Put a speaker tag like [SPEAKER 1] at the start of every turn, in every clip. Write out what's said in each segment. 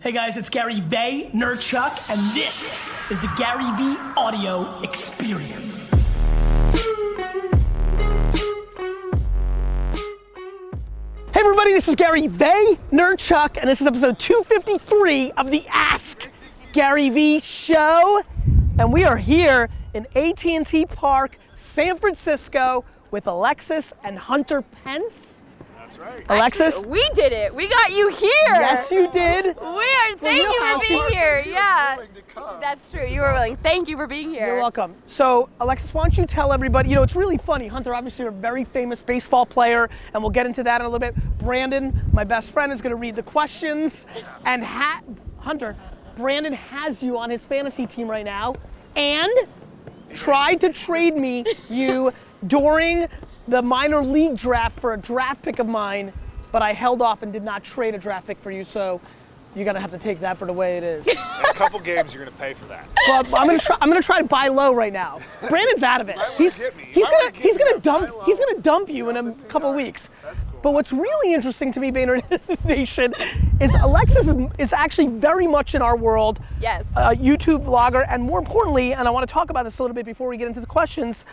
[SPEAKER 1] Hey guys, it's Gary Vaynerchuk, and this is the Gary V Audio Experience. Hey everybody, this is Gary Vaynerchuk, and this is episode 253 of the Ask Gary V Show, and we are here in AT&T Park, San Francisco, with Alexis and Hunter Pence.
[SPEAKER 2] That's right.
[SPEAKER 1] Alexis,
[SPEAKER 3] We did it. We got you here.
[SPEAKER 1] yes, you did.
[SPEAKER 3] We are. Thank
[SPEAKER 1] you know
[SPEAKER 3] you
[SPEAKER 1] how
[SPEAKER 3] for being
[SPEAKER 1] hard
[SPEAKER 3] here. Yeah.
[SPEAKER 2] willing to come.
[SPEAKER 3] That's true. You were willing. Thank you for being here.
[SPEAKER 1] You're welcome. So, Alexis, why don't you tell everybody? You know, it's really funny. Hunter, obviously, you're a very famous baseball player, and we'll get into that in a little bit. Brandon, my best friend, is going to read the questions. And ha- Hunter, Brandon has you on his fantasy team right now, and tried to trade me you during the minor league draft for a draft pick of mine, but I held off and did not trade a draft pick for you. So. You're gonna have to take that for the way it is.
[SPEAKER 2] In a couple games, you're gonna pay for that.
[SPEAKER 1] Well, I'm gonna try. I'm gonna try to buy low right now. Brandon's out of it.
[SPEAKER 2] wanna
[SPEAKER 1] He's,
[SPEAKER 2] get me.
[SPEAKER 1] he's
[SPEAKER 2] I wanna
[SPEAKER 1] gonna
[SPEAKER 2] get
[SPEAKER 1] he's
[SPEAKER 2] you
[SPEAKER 1] gonna
[SPEAKER 2] to buy
[SPEAKER 1] dump
[SPEAKER 2] low.
[SPEAKER 1] he's gonna dump you in a couple
[SPEAKER 2] does.
[SPEAKER 1] weeks.
[SPEAKER 2] That's cool.
[SPEAKER 1] But what's really interesting to me, Vayner Nation, is Alexis is- is actually very much in our world.
[SPEAKER 3] Yes.
[SPEAKER 1] A YouTube vlogger, and more importantly, and I want to talk about this a little bit before we get into the questions.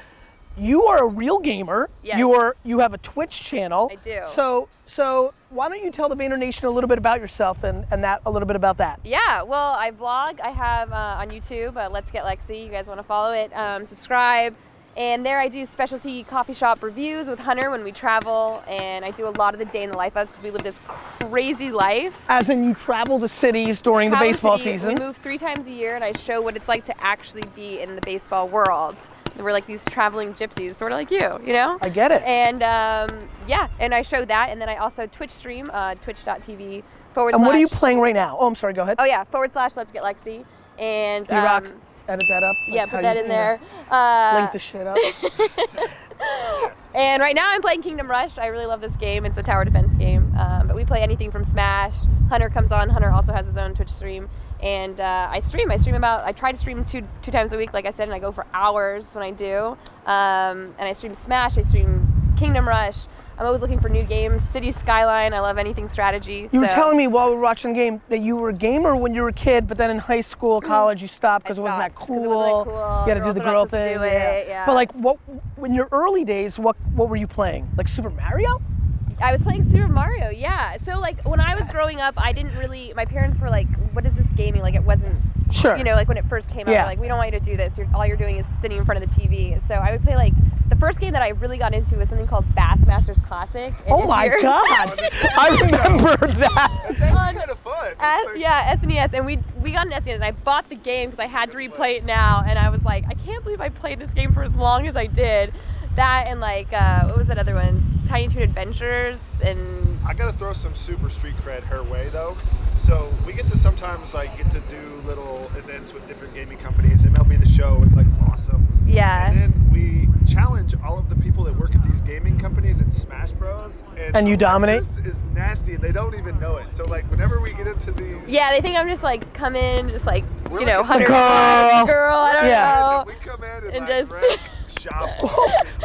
[SPEAKER 1] You are a real gamer.
[SPEAKER 3] Yes.
[SPEAKER 1] You are you have a Twitch channel.
[SPEAKER 3] I do.
[SPEAKER 1] So so why don't you tell the Vayner Nation a little bit about yourself and and that a little bit about that.
[SPEAKER 3] Yeah, well, I vlog. I have uh, on YouTube, uh, Let's Get Lexi. You guys want to follow it? Um, subscribe. And there I do specialty coffee shop reviews with Hunter when we travel. And I do a lot of the day in the life of us because we live this crazy life.
[SPEAKER 1] As in, you travel to cities during the
[SPEAKER 3] Travel
[SPEAKER 1] baseball
[SPEAKER 3] City,
[SPEAKER 1] season.
[SPEAKER 3] We move three times a year, and I show what it's like to actually be in the baseball world. We're like these traveling gypsies, sort of like you, you know?
[SPEAKER 1] I get it.
[SPEAKER 3] And um, yeah, and I show that, and then I also Twitch stream, uh, twitch.tv forward
[SPEAKER 1] and
[SPEAKER 3] slash.
[SPEAKER 1] what are you playing right now? Oh, I'm sorry. Go ahead.
[SPEAKER 3] Oh yeah, forward slash Let's Get Lexi, and
[SPEAKER 1] D Rock,
[SPEAKER 3] um,
[SPEAKER 1] edit that up. like
[SPEAKER 3] yeah,
[SPEAKER 1] how
[SPEAKER 3] put that
[SPEAKER 1] you-
[SPEAKER 3] in
[SPEAKER 1] yeah,
[SPEAKER 3] there. Uh,
[SPEAKER 1] Link the shit up.
[SPEAKER 3] And right now I'm playing Kingdom Rush. I really love this game. It's a tower defense game. Um, but we play anything from Smash. Hunter comes on. Hunter also has his own Twitch stream. And uh, I stream. I stream about. I try to stream two two times a week, like I said, and I go for hours when I do. Um, and I stream Smash. I stream Kingdom Rush. I'm always looking for new games. City Skyline. I love anything strategy.
[SPEAKER 1] you were
[SPEAKER 3] so
[SPEAKER 1] telling me while we were watching the game that you were a gamer when you were a kid, but then in high school, college, you stopped because it wasn't that
[SPEAKER 3] Mm-hmm. stopped
[SPEAKER 1] cool.
[SPEAKER 3] 'cause it wasn't cool.
[SPEAKER 1] You got to do
[SPEAKER 3] Girls
[SPEAKER 1] the
[SPEAKER 3] were not
[SPEAKER 1] girl
[SPEAKER 3] supposed
[SPEAKER 1] thing.
[SPEAKER 3] to do it, yeah.
[SPEAKER 1] But like, what? In your early days, what what were you playing? Like Super Mario?
[SPEAKER 3] I was playing Super Mario, yeah. So like when I was growing up, I didn't really. My parents were like, "What is this gaming?" Like it wasn't.
[SPEAKER 1] Sure.
[SPEAKER 3] You know, like when it first came out,
[SPEAKER 1] Yeah.
[SPEAKER 3] they're like we don't want you to do this. You're, all you're doing is sitting in front of the TV. So I would play like the first game that I really got into was something called Bassmasters Classic. And
[SPEAKER 1] Oh
[SPEAKER 3] if
[SPEAKER 1] my
[SPEAKER 3] you're-
[SPEAKER 1] God! I remember that.
[SPEAKER 2] It's actually kind of fun. It's
[SPEAKER 3] S-
[SPEAKER 2] like-
[SPEAKER 3] yeah, SNES, and we we got an SNES, and I bought the game because I had to replay it now, and I was like, I can't believe I played this game for as long as I did. That and like uh, what was that other one? Tiny Toon Adventures and
[SPEAKER 2] I gotta throw some super street cred her way though. So we get to sometimes like get to do little events with different gaming companies. MLB the Show is like awesome.
[SPEAKER 3] yeah.
[SPEAKER 2] And then we challenge all of the people that work at these gaming companies in Smash Bros. And,
[SPEAKER 1] And you dominate?
[SPEAKER 2] This is nasty, and they don't even know it. So like whenever we get into these,
[SPEAKER 3] Yeah, they think I'm just like come in, just like
[SPEAKER 2] We're
[SPEAKER 3] you know,
[SPEAKER 2] like
[SPEAKER 3] hunter
[SPEAKER 2] a
[SPEAKER 1] girl.
[SPEAKER 3] girl. I don't
[SPEAKER 1] Yeah.
[SPEAKER 2] and
[SPEAKER 3] know.
[SPEAKER 2] we come in and,
[SPEAKER 3] And
[SPEAKER 2] like,
[SPEAKER 3] just-
[SPEAKER 2] wreck shop.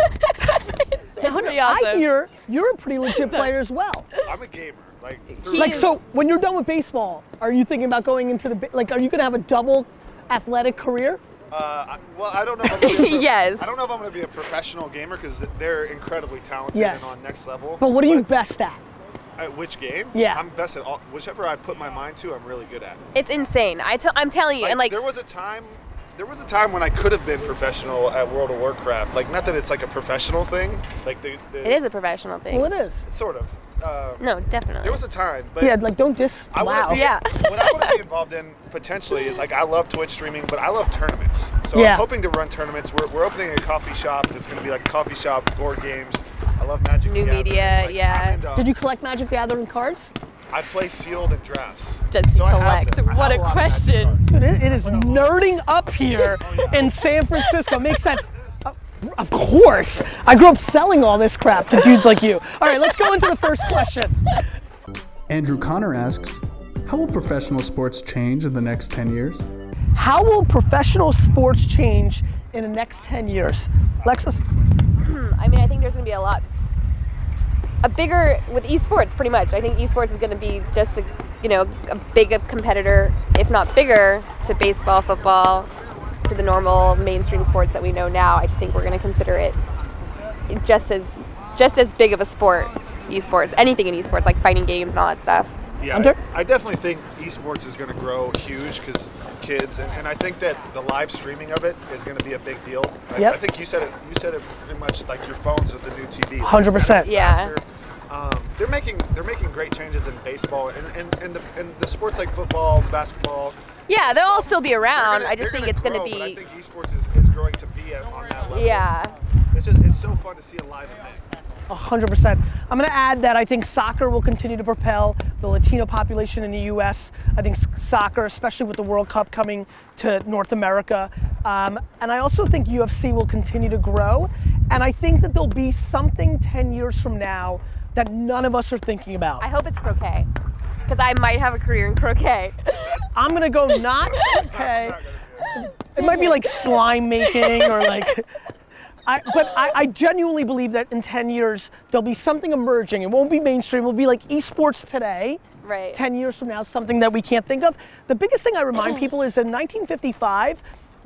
[SPEAKER 3] It's, it's pretty
[SPEAKER 1] I
[SPEAKER 3] awesome.
[SPEAKER 1] hear you're a pretty legit player as well.
[SPEAKER 2] I'm a gamer. Like
[SPEAKER 3] He
[SPEAKER 1] Like
[SPEAKER 3] is-
[SPEAKER 1] so, when you're done with baseball, are you thinking about going into the ba- like? Are you gonna have a double athletic career?
[SPEAKER 2] Uh, I- well, I don't know. If I'm gonna be a
[SPEAKER 3] Yes.
[SPEAKER 2] I don't know if I'm going to be a professional gamer because they're incredibly talented
[SPEAKER 1] Yes.
[SPEAKER 2] and on next level.
[SPEAKER 1] But what are you best at?
[SPEAKER 2] At which game?
[SPEAKER 1] Yeah.
[SPEAKER 2] I'm best at all. Whichever I put my mind to, I'm really good at.
[SPEAKER 3] It's insane. I tell, I'm telling you, and like
[SPEAKER 2] there was a time. There was a time when I could have been professional at World of Warcraft. Like, not that it's like a professional thing. Like the. the
[SPEAKER 3] it is a professional thing.
[SPEAKER 1] Well, it is.
[SPEAKER 2] Sort of. Um,
[SPEAKER 3] no, definitely.
[SPEAKER 2] There was a time, but
[SPEAKER 1] Yeah, like don't dis.
[SPEAKER 2] I
[SPEAKER 1] wow.
[SPEAKER 2] want to be,
[SPEAKER 3] Yeah.
[SPEAKER 2] what I want to be involved in potentially is like I love Twitch streaming, but I love tournaments. So
[SPEAKER 1] Yeah.
[SPEAKER 2] I'm hoping to run tournaments. We're, we're opening a coffee shop that's going to be like coffee shop board games. I love Magic.
[SPEAKER 3] New
[SPEAKER 2] the Gathering.
[SPEAKER 3] media,
[SPEAKER 2] Like,
[SPEAKER 3] yeah.
[SPEAKER 2] I'm into-
[SPEAKER 1] Did you collect Magic the Gathering cards?
[SPEAKER 2] I play sealed and drafts.
[SPEAKER 3] Does
[SPEAKER 2] so
[SPEAKER 3] he
[SPEAKER 2] I have
[SPEAKER 3] collect?
[SPEAKER 2] them. I
[SPEAKER 3] What
[SPEAKER 2] have
[SPEAKER 3] a
[SPEAKER 2] lot of Magic
[SPEAKER 3] question.
[SPEAKER 2] cards.
[SPEAKER 1] It is, it is nerding
[SPEAKER 2] Oh,
[SPEAKER 1] up here in San Francisco. Makes sense. Of- Of course. I grew up selling all this crap to dudes like you. All right, let's go into the first question.
[SPEAKER 4] Andrew Connor asks, how will professional sports change in the next 10 years?
[SPEAKER 1] How will professional sports change in the next 10 years? Lexus,
[SPEAKER 3] I mean, I think there's going to be a lot, a bigger with esports, pretty much. I think esports is going to be just a you know, a big competitor, if not bigger, to baseball, football, to the normal mainstream sports that we know now. I just think we're going to consider it just as just as big of a sport, esports, anything in esports, like fighting games and all that stuff.
[SPEAKER 2] Yeah,
[SPEAKER 1] Hunter?
[SPEAKER 2] I, I definitely think esports is going to grow huge because kids, and, and I think that the live streaming of it is going to be a big deal. I,
[SPEAKER 1] Yep.
[SPEAKER 2] I think you said it. You said it pretty much like your phones with the new TV.
[SPEAKER 1] 100%.
[SPEAKER 3] Yeah.
[SPEAKER 2] faster. Um, they're making they're making great changes in baseball and and, and, the, and the sports like football, basketball.
[SPEAKER 3] Yeah, they'll all still be
[SPEAKER 2] They're
[SPEAKER 3] around.
[SPEAKER 2] gonna-
[SPEAKER 3] Um, I just
[SPEAKER 2] they're
[SPEAKER 3] think it's going to
[SPEAKER 2] grow, but I
[SPEAKER 3] be.
[SPEAKER 2] think esports is, is growing to be at, on that level.
[SPEAKER 3] Yeah.
[SPEAKER 2] It's just it's so fun to see a live event.
[SPEAKER 1] 100%. I'm going to add that I think soccer will continue to propel the Latino population in the US. I think s- soccer, especially with the World Cup coming to North America. Um, and I also think UFC will continue to grow. And I think that there'll be something 10 years from now that none of us are thinking about.
[SPEAKER 3] I hope it's croquet, because I might have a career in croquet.
[SPEAKER 1] I'm going to go not okay. It might be like slime making or like. I, but I, I genuinely believe that in 10 years there'll be something emerging. It won't be mainstream. It'll be like esports today.
[SPEAKER 3] Right.
[SPEAKER 1] 10 years from now, something that we can't think of. The biggest thing I remind people is in 1955,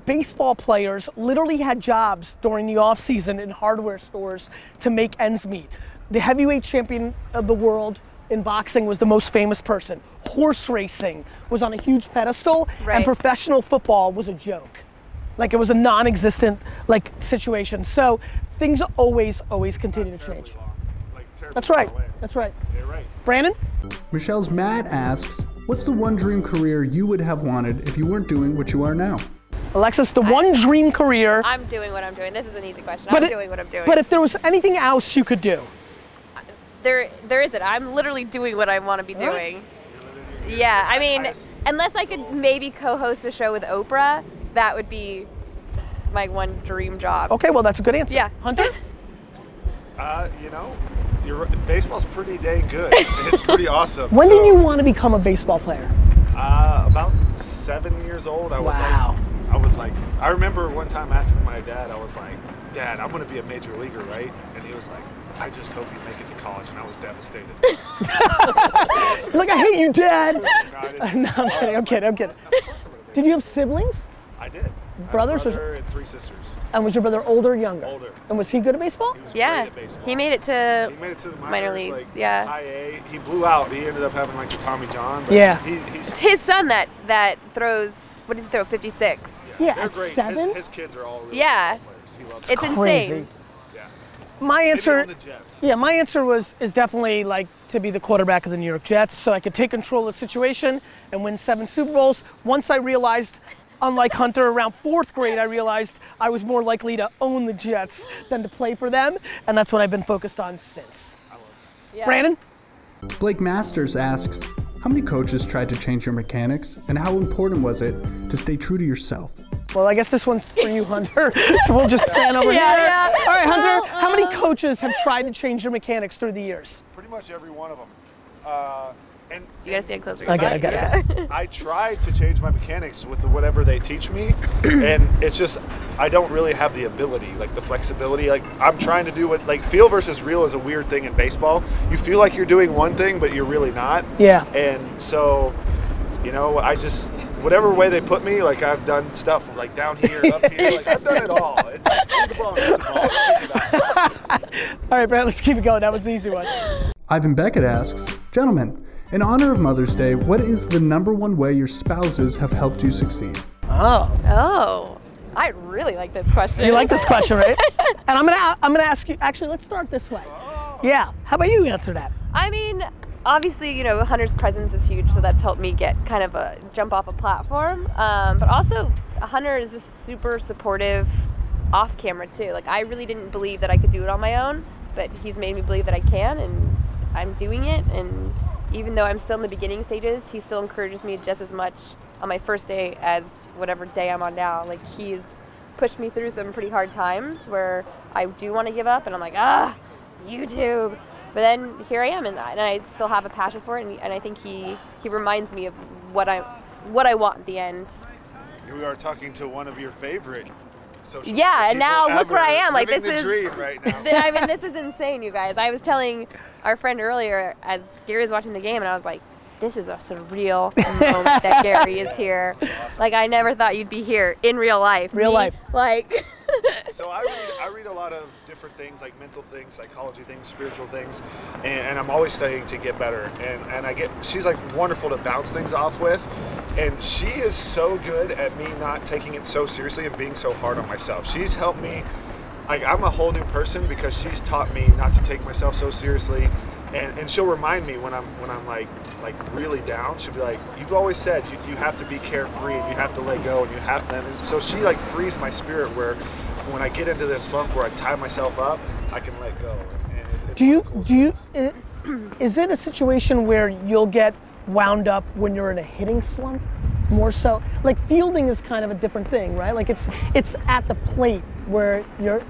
[SPEAKER 1] baseball players literally had jobs during the offseason in hardware stores to make ends meet. The heavyweight champion of the world in boxing was the most famous person. Horse racing was on a huge pedestal,
[SPEAKER 3] Right.
[SPEAKER 1] and professional football was a joke. Like it was a non-existent like situation. So things always, always continue to change. That's right. That's right.
[SPEAKER 2] You're right.
[SPEAKER 1] Brandon?
[SPEAKER 4] Michelle's Matt asks, What's the one dream career you would have wanted if you weren't doing what you are now?
[SPEAKER 1] Alexis, the one dream career.
[SPEAKER 3] I'm doing what I'm doing. This is an easy question. I'm
[SPEAKER 1] it-
[SPEAKER 3] doing what I'm doing.
[SPEAKER 1] But if there was anything else you could do,
[SPEAKER 3] there there isn't. I'm literally doing what I want to be doing. Yeah, I mean, unless I could maybe co-host a show with Oprah, that would be my one dream job.
[SPEAKER 1] okay, well that's a good answer.
[SPEAKER 3] Yeah.
[SPEAKER 1] Hunter.
[SPEAKER 2] Uh, you know, you're, right. baseball's pretty dang good. it's pretty awesome.
[SPEAKER 1] When
[SPEAKER 2] So,
[SPEAKER 1] did you want to become a baseball player?
[SPEAKER 2] Uh, about seven years old. I was
[SPEAKER 1] Wow.
[SPEAKER 2] like, I was like, I remember one time asking my dad. I was like, Dad, I'm gonna be a major leaguer, right? And he was like, I just hope you make it to college. And I was devastated.
[SPEAKER 1] Like I hate you, Dad.
[SPEAKER 2] No, I didn't.
[SPEAKER 1] no, I'm kidding. I'm kidding. I'm kidding.
[SPEAKER 2] Of course I'm gonna do
[SPEAKER 1] Did you have siblings?
[SPEAKER 2] it. I did. I had a
[SPEAKER 1] Brothers or-
[SPEAKER 2] brother and three sisters.
[SPEAKER 1] And was your brother older or younger?
[SPEAKER 2] Older.
[SPEAKER 1] And was he good at baseball?
[SPEAKER 2] He was
[SPEAKER 3] Yeah,
[SPEAKER 2] great at baseball.
[SPEAKER 3] he made it to.
[SPEAKER 2] He made it to the minors,
[SPEAKER 3] minor leagues,
[SPEAKER 2] like
[SPEAKER 3] yeah.
[SPEAKER 2] high A. He blew out. He ended up having like the Tommy John. But
[SPEAKER 1] Yeah.
[SPEAKER 2] He, he's
[SPEAKER 3] It's his son that that throws. What does he throw? 56.
[SPEAKER 1] Yeah,
[SPEAKER 2] They're
[SPEAKER 1] at
[SPEAKER 2] great.
[SPEAKER 1] seven?
[SPEAKER 2] His, his kids are all really
[SPEAKER 3] Yeah.
[SPEAKER 2] good players. He loves
[SPEAKER 3] It's
[SPEAKER 2] them.
[SPEAKER 1] Crazy.
[SPEAKER 3] insane.
[SPEAKER 2] yeah.
[SPEAKER 1] My
[SPEAKER 2] Maybe
[SPEAKER 1] answer.
[SPEAKER 2] on the Jets.
[SPEAKER 1] Yeah, my answer was is definitely like to be the quarterback of the New York Jets so I could take control of the situation and win seven Super Bowls. Once I realized, unlike Hunter, around fourth grade, I realized I was more likely to own the Jets than to play for them, and that's what I've been focused on since.
[SPEAKER 3] Yeah.
[SPEAKER 1] Brandon?
[SPEAKER 4] Blake Masters asks, How many coaches tried to change your mechanics, and how important was it to stay true to yourself?
[SPEAKER 1] Well, I guess this one's for you, Hunter. so we'll just stand over
[SPEAKER 3] Yeah,
[SPEAKER 1] here.
[SPEAKER 3] yeah. Uh-huh.
[SPEAKER 1] All right, Hunter, how many coaches have tried to change your mechanics through the years?
[SPEAKER 2] Pretty much every one of them. Uh, and
[SPEAKER 3] You gotta stand closer.
[SPEAKER 1] I got it, I got it.
[SPEAKER 2] I tried to change my mechanics with whatever they teach me, and it's just I don't really have the ability, like the flexibility. Like I'm trying to do what like feel versus real is a weird thing in baseball. You feel like you're doing one thing, but you're really not.
[SPEAKER 1] Yeah.
[SPEAKER 2] And so, you know, I just whatever way they put me, like I've done stuff like down here, up here, like I've done it all. It's, it's see the ball, hit the ball, pick it up.
[SPEAKER 1] All right, Brandon, let's keep it going. That was an easy one.
[SPEAKER 4] Ivan Beckett asks, Gentlemen, in honor of Mother's Day, what is the number one way your spouses have helped you succeed?
[SPEAKER 1] Oh.
[SPEAKER 3] Oh, I really like this question.
[SPEAKER 1] You like this question, right? and I'm gonna I'm gonna ask you. Actually, let's start this way. Yeah. How about you answer that?
[SPEAKER 3] I mean, obviously, you know, Hunter's presence is huge, so that's helped me get kind of a jump off a platform. Um, but also, Hunter is just super supportive off camera, too. Like, I really didn't believe that I could do it on my own, but he's made me believe that I can, and I'm doing it. And even though I'm still in the beginning stages, he still encourages me just as much on my first day as whatever day I'm on now. Like, he's pushed me through some pretty hard times where I do want to give up, and I'm like, ah, YouTube. But then here I am, and I, and I still have a passion for it, and, and I think he, he reminds me of what I what I want at the end.
[SPEAKER 2] Here we are talking to one of your favorite social.
[SPEAKER 3] Yeah, and
[SPEAKER 2] people
[SPEAKER 3] now look where I
[SPEAKER 2] ever.
[SPEAKER 3] am, like,
[SPEAKER 2] Living
[SPEAKER 3] this
[SPEAKER 2] the
[SPEAKER 3] is-
[SPEAKER 2] dream right now.
[SPEAKER 3] Th- I mean, this is insane, you guys. I was telling our friend earlier as Gary was watching the game, and I was like, this is a surreal moment that Gary is here. Like I never thought you'd be here in real life.
[SPEAKER 1] Real
[SPEAKER 3] Me,
[SPEAKER 1] life.
[SPEAKER 3] Like
[SPEAKER 2] so I read, I read a lot of different things like mental things psychology things spiritual things and, and i'm always studying to get better and, and i get she's like wonderful to bounce things off with and she is so good at me not taking it so seriously and being so hard on myself she's helped me like i'm a whole new person because she's taught me not to take myself so seriously and, and she'll remind me when i'm when i'm like like really down she'll be like you've always said you, you have to be carefree and you have to let go and you have to and so she like frees my spirit where when I get into this funk where I tie myself up, I can let go. And it- it's
[SPEAKER 1] Do you
[SPEAKER 2] one of the coolest
[SPEAKER 1] do you
[SPEAKER 2] things.
[SPEAKER 1] i- is it a situation where you'll get wound up when you're in a hitting slump more so? Like fielding is kind of a different thing, right? Like it's it's at the plate where you're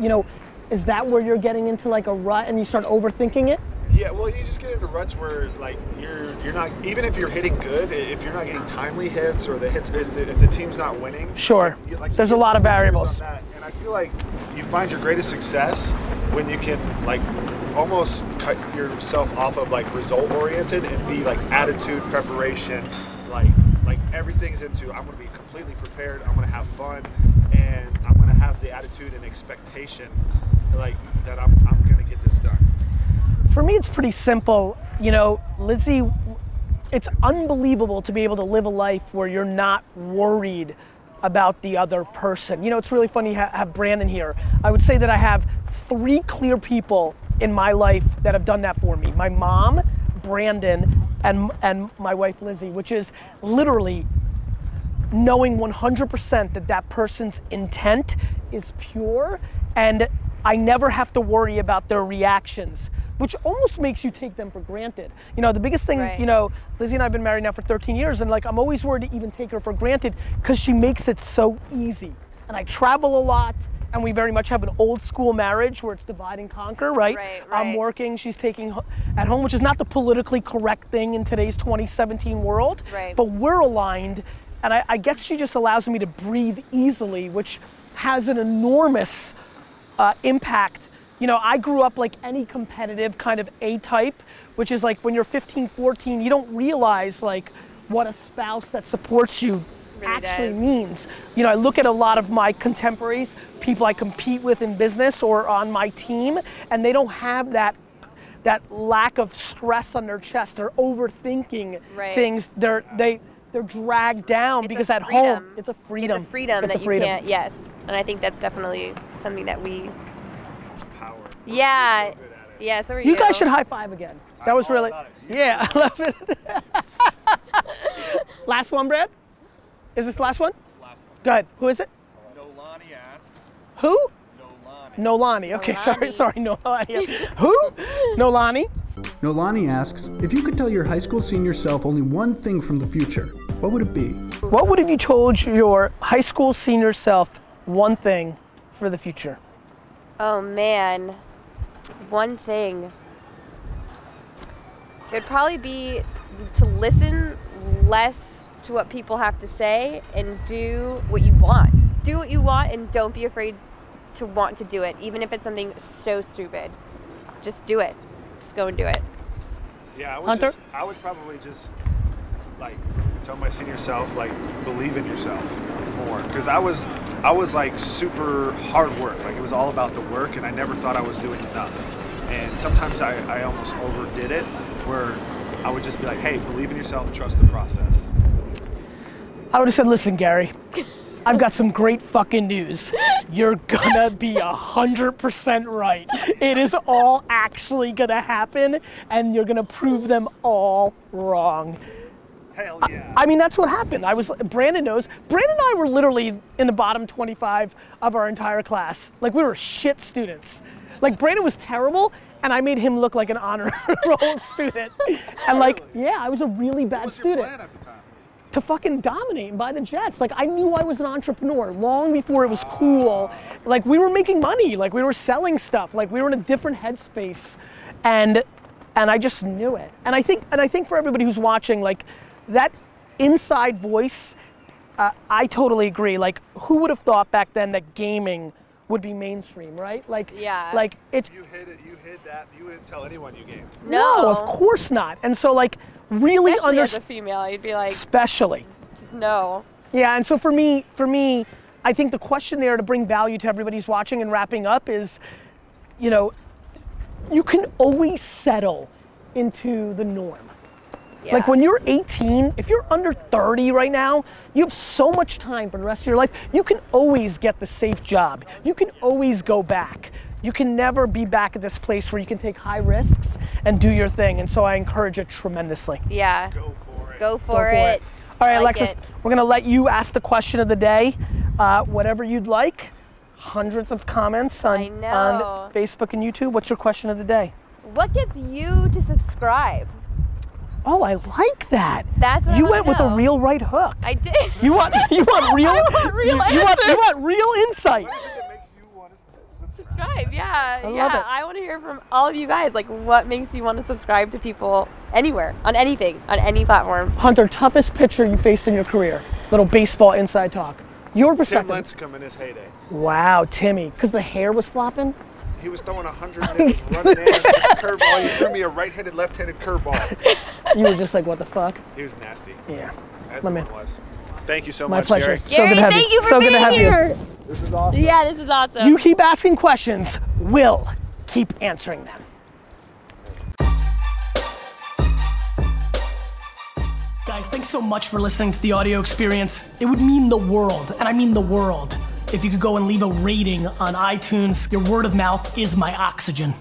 [SPEAKER 1] you know, is that where you're getting into like a rut and you start overthinking it?
[SPEAKER 2] Yeah, well, you just get into ruts where like you're you're not even if you're hitting good, i- if you're not getting timely hits or the hits if the, if the team's not winning.
[SPEAKER 1] Sure.
[SPEAKER 2] you- like, you
[SPEAKER 1] There's a
[SPEAKER 2] get
[SPEAKER 1] lot of
[SPEAKER 2] pressures on
[SPEAKER 1] variables.
[SPEAKER 2] that. And I feel like you find your greatest success when you can like almost cut yourself off of like result oriented and be like attitude preparation, like like everything's into I'm gonna be completely prepared, I'm gonna have fun, and I'm gonna have the attitude and expectation like that I'm I'm gonna get this done.
[SPEAKER 1] for me it's pretty simple you know lizzie it's unbelievable to be able to live a life where you're not worried about the other person you know it's really funny to ha- have brandon here i would say that i have three clear people in my life that have done that for me my mom brandon and, and my wife lizzie which is literally knowing 100% that that person's intent is pure and I never have to worry about their reactions, which almost makes you take them for granted. You know, the biggest thing,
[SPEAKER 3] Right.
[SPEAKER 1] you know, Lizzie and I have been married now for 13 years, and like I'm always worried to even take her for granted because she makes it so easy. And I travel a lot, and we very much have an old school marriage where it's divide and conquer, right?
[SPEAKER 3] Right,
[SPEAKER 1] I'm
[SPEAKER 3] right.
[SPEAKER 1] working, she's taking ho- at home, which is not the politically correct thing in today's 2017 world.
[SPEAKER 3] Right.
[SPEAKER 1] But we're aligned, and I, I guess she just allows me to breathe easily, which has an enormous uh, impact. You know, I grew up like any competitive kind of A type, which is like when you're 15, 14, you don't realize like what a spouse that supports you
[SPEAKER 3] Really
[SPEAKER 1] actually
[SPEAKER 3] does.
[SPEAKER 1] means. You know, I look at a lot of my contemporaries, people I compete with in business or on my team, and they don't have that that lack of stress on their chest. They're overthinking
[SPEAKER 3] Right.
[SPEAKER 1] things. They're they they're dragged down
[SPEAKER 3] It's a
[SPEAKER 1] because at home
[SPEAKER 3] freedom.
[SPEAKER 1] it's a freedom.
[SPEAKER 3] It's a freedom
[SPEAKER 1] It's
[SPEAKER 3] that
[SPEAKER 1] a freedom.
[SPEAKER 3] you can't. Yes, and I think that's definitely something that we.
[SPEAKER 2] Power.
[SPEAKER 3] Yeah.
[SPEAKER 2] good at it.
[SPEAKER 3] Yeah. So are you.
[SPEAKER 1] You guys should high five again. That was
[SPEAKER 2] all
[SPEAKER 1] really
[SPEAKER 2] about it.
[SPEAKER 1] yeah. I love it. last one, Brad. Is this the last one?
[SPEAKER 5] Last one.
[SPEAKER 1] Go ahead. Who is it?
[SPEAKER 5] Nolani asks,
[SPEAKER 1] Who?
[SPEAKER 5] Nolani,
[SPEAKER 1] Nolani. Okay, sorry,
[SPEAKER 3] Nolani.
[SPEAKER 1] sorry, Nolani. Who? Nolani.
[SPEAKER 4] Nolani asks If you could tell your high school senior self only one thing from the future, what would it be?
[SPEAKER 1] What would have you told your high school senior self one thing for the future?
[SPEAKER 3] Oh man, one thing. There'd probably be to listen less to what people have to say and do what you want. Do what you want and don't be afraid to want to do it, even if it's something so stupid. Just do it. Just go and do it.
[SPEAKER 2] Yeah, I would
[SPEAKER 1] Hunter?
[SPEAKER 2] just I would probably just like tell my senior self like believe in yourself more because I was I was like super hard work. Like it was all about the work and I never thought I was doing enough. And sometimes I, I almost overdid it where I would just be like, hey, believe in yourself, trust the process.
[SPEAKER 1] I would have said, listen, Gary, I've got some great fucking news. You're gonna be a hundred percent right. It is all actually gonna happen, and you're gonna prove them all wrong.
[SPEAKER 2] Hell yeah.
[SPEAKER 1] I mean, that's what happened. I was Brandon knows. Brandon and I were literally in the bottom 25 of our entire class. Like we were shit students. Like Brandon was terrible, and I made him look like an honor roll student. And like, yeah, I was a really bad
[SPEAKER 2] what was your
[SPEAKER 1] student
[SPEAKER 2] plan at the time?
[SPEAKER 1] to fucking dominate and buy the Jets. Like I knew I was an entrepreneur long before it was cool. Like we were making money, like we were selling stuff, like we were in a different headspace, and and I just knew it. And I think and I think for everybody who's watching, like that inside voice, uh, I totally agree. Like who would have thought back then that gaming would be mainstream, right? Like,
[SPEAKER 3] Yeah.
[SPEAKER 1] like it's
[SPEAKER 2] You hit it. You hid that. You didn't tell anyone you gamed.
[SPEAKER 3] No.
[SPEAKER 1] of course not. And so like really
[SPEAKER 3] Especially as a
[SPEAKER 1] understand
[SPEAKER 3] female, you'd be like,
[SPEAKER 1] especially.
[SPEAKER 3] just no.
[SPEAKER 1] Yeah, and so for me, for me, I think the question there to bring value to everybody who's watching and wrapping up is, you know, you can always settle into the norm.
[SPEAKER 3] Yeah.
[SPEAKER 1] Like when you're 18, if you're under 30 right now, you have so much time for the rest of your life. You can always get the safe job. You can always go back. You can never be back at this place where you can take high risks and do your thing. And so I encourage it tremendously.
[SPEAKER 3] yeah.
[SPEAKER 2] Go for it.
[SPEAKER 3] Go for,
[SPEAKER 1] Go for
[SPEAKER 3] it.
[SPEAKER 1] All right,
[SPEAKER 3] Like
[SPEAKER 1] Alexis,
[SPEAKER 3] it.
[SPEAKER 1] we're gonna let you ask the question of the day, uh, whatever you'd like. Hundreds of comments on,
[SPEAKER 3] I know.
[SPEAKER 1] on Facebook and YouTube. What's your question of the day?
[SPEAKER 3] What gets you to subscribe?
[SPEAKER 1] Oh, I like that.
[SPEAKER 3] That's what I
[SPEAKER 1] you
[SPEAKER 3] wanna
[SPEAKER 1] went with a
[SPEAKER 3] know.
[SPEAKER 1] real right hook.
[SPEAKER 3] I did.
[SPEAKER 1] you want you want real,
[SPEAKER 3] I want real
[SPEAKER 1] you, you want, you
[SPEAKER 3] answers.
[SPEAKER 1] want real insight.
[SPEAKER 2] What is it that makes you want to subscribe?
[SPEAKER 3] subscribe. Yeah.
[SPEAKER 1] I love
[SPEAKER 3] yeah.
[SPEAKER 1] it.
[SPEAKER 3] I want to hear from all of you guys. Like, what makes you want to subscribe to people anywhere, on anything, on any platform?
[SPEAKER 1] Hunter, toughest pitcher you faced in your career. Little baseball inside talk. Your
[SPEAKER 2] Tim
[SPEAKER 1] perspective.
[SPEAKER 2] Lincecum in his heyday.
[SPEAKER 1] wow, Timmy, because the hair was flopping.
[SPEAKER 2] He was throwing a hundred and it was running in. It was a curveball. He threw me a right-handed, left-handed curveball.
[SPEAKER 1] You were just like, what the fuck?
[SPEAKER 2] He was nasty.
[SPEAKER 1] Yeah.
[SPEAKER 2] That
[SPEAKER 1] Let me-
[SPEAKER 2] one was. Thank you so
[SPEAKER 1] My
[SPEAKER 2] much,
[SPEAKER 1] pleasure.
[SPEAKER 2] Gary.
[SPEAKER 1] so good to have
[SPEAKER 3] thank
[SPEAKER 1] you.
[SPEAKER 3] you for
[SPEAKER 1] so
[SPEAKER 3] being
[SPEAKER 1] good to have you.
[SPEAKER 3] here.
[SPEAKER 2] This is awesome.
[SPEAKER 3] Yeah, this is awesome.
[SPEAKER 1] You keep asking questions, we'll keep answering them. Guys, thanks so much for listening to the audio experience. It would mean the world, and I mean the world, if you could go and leave a rating on iTunes. Your word of mouth is my oxygen.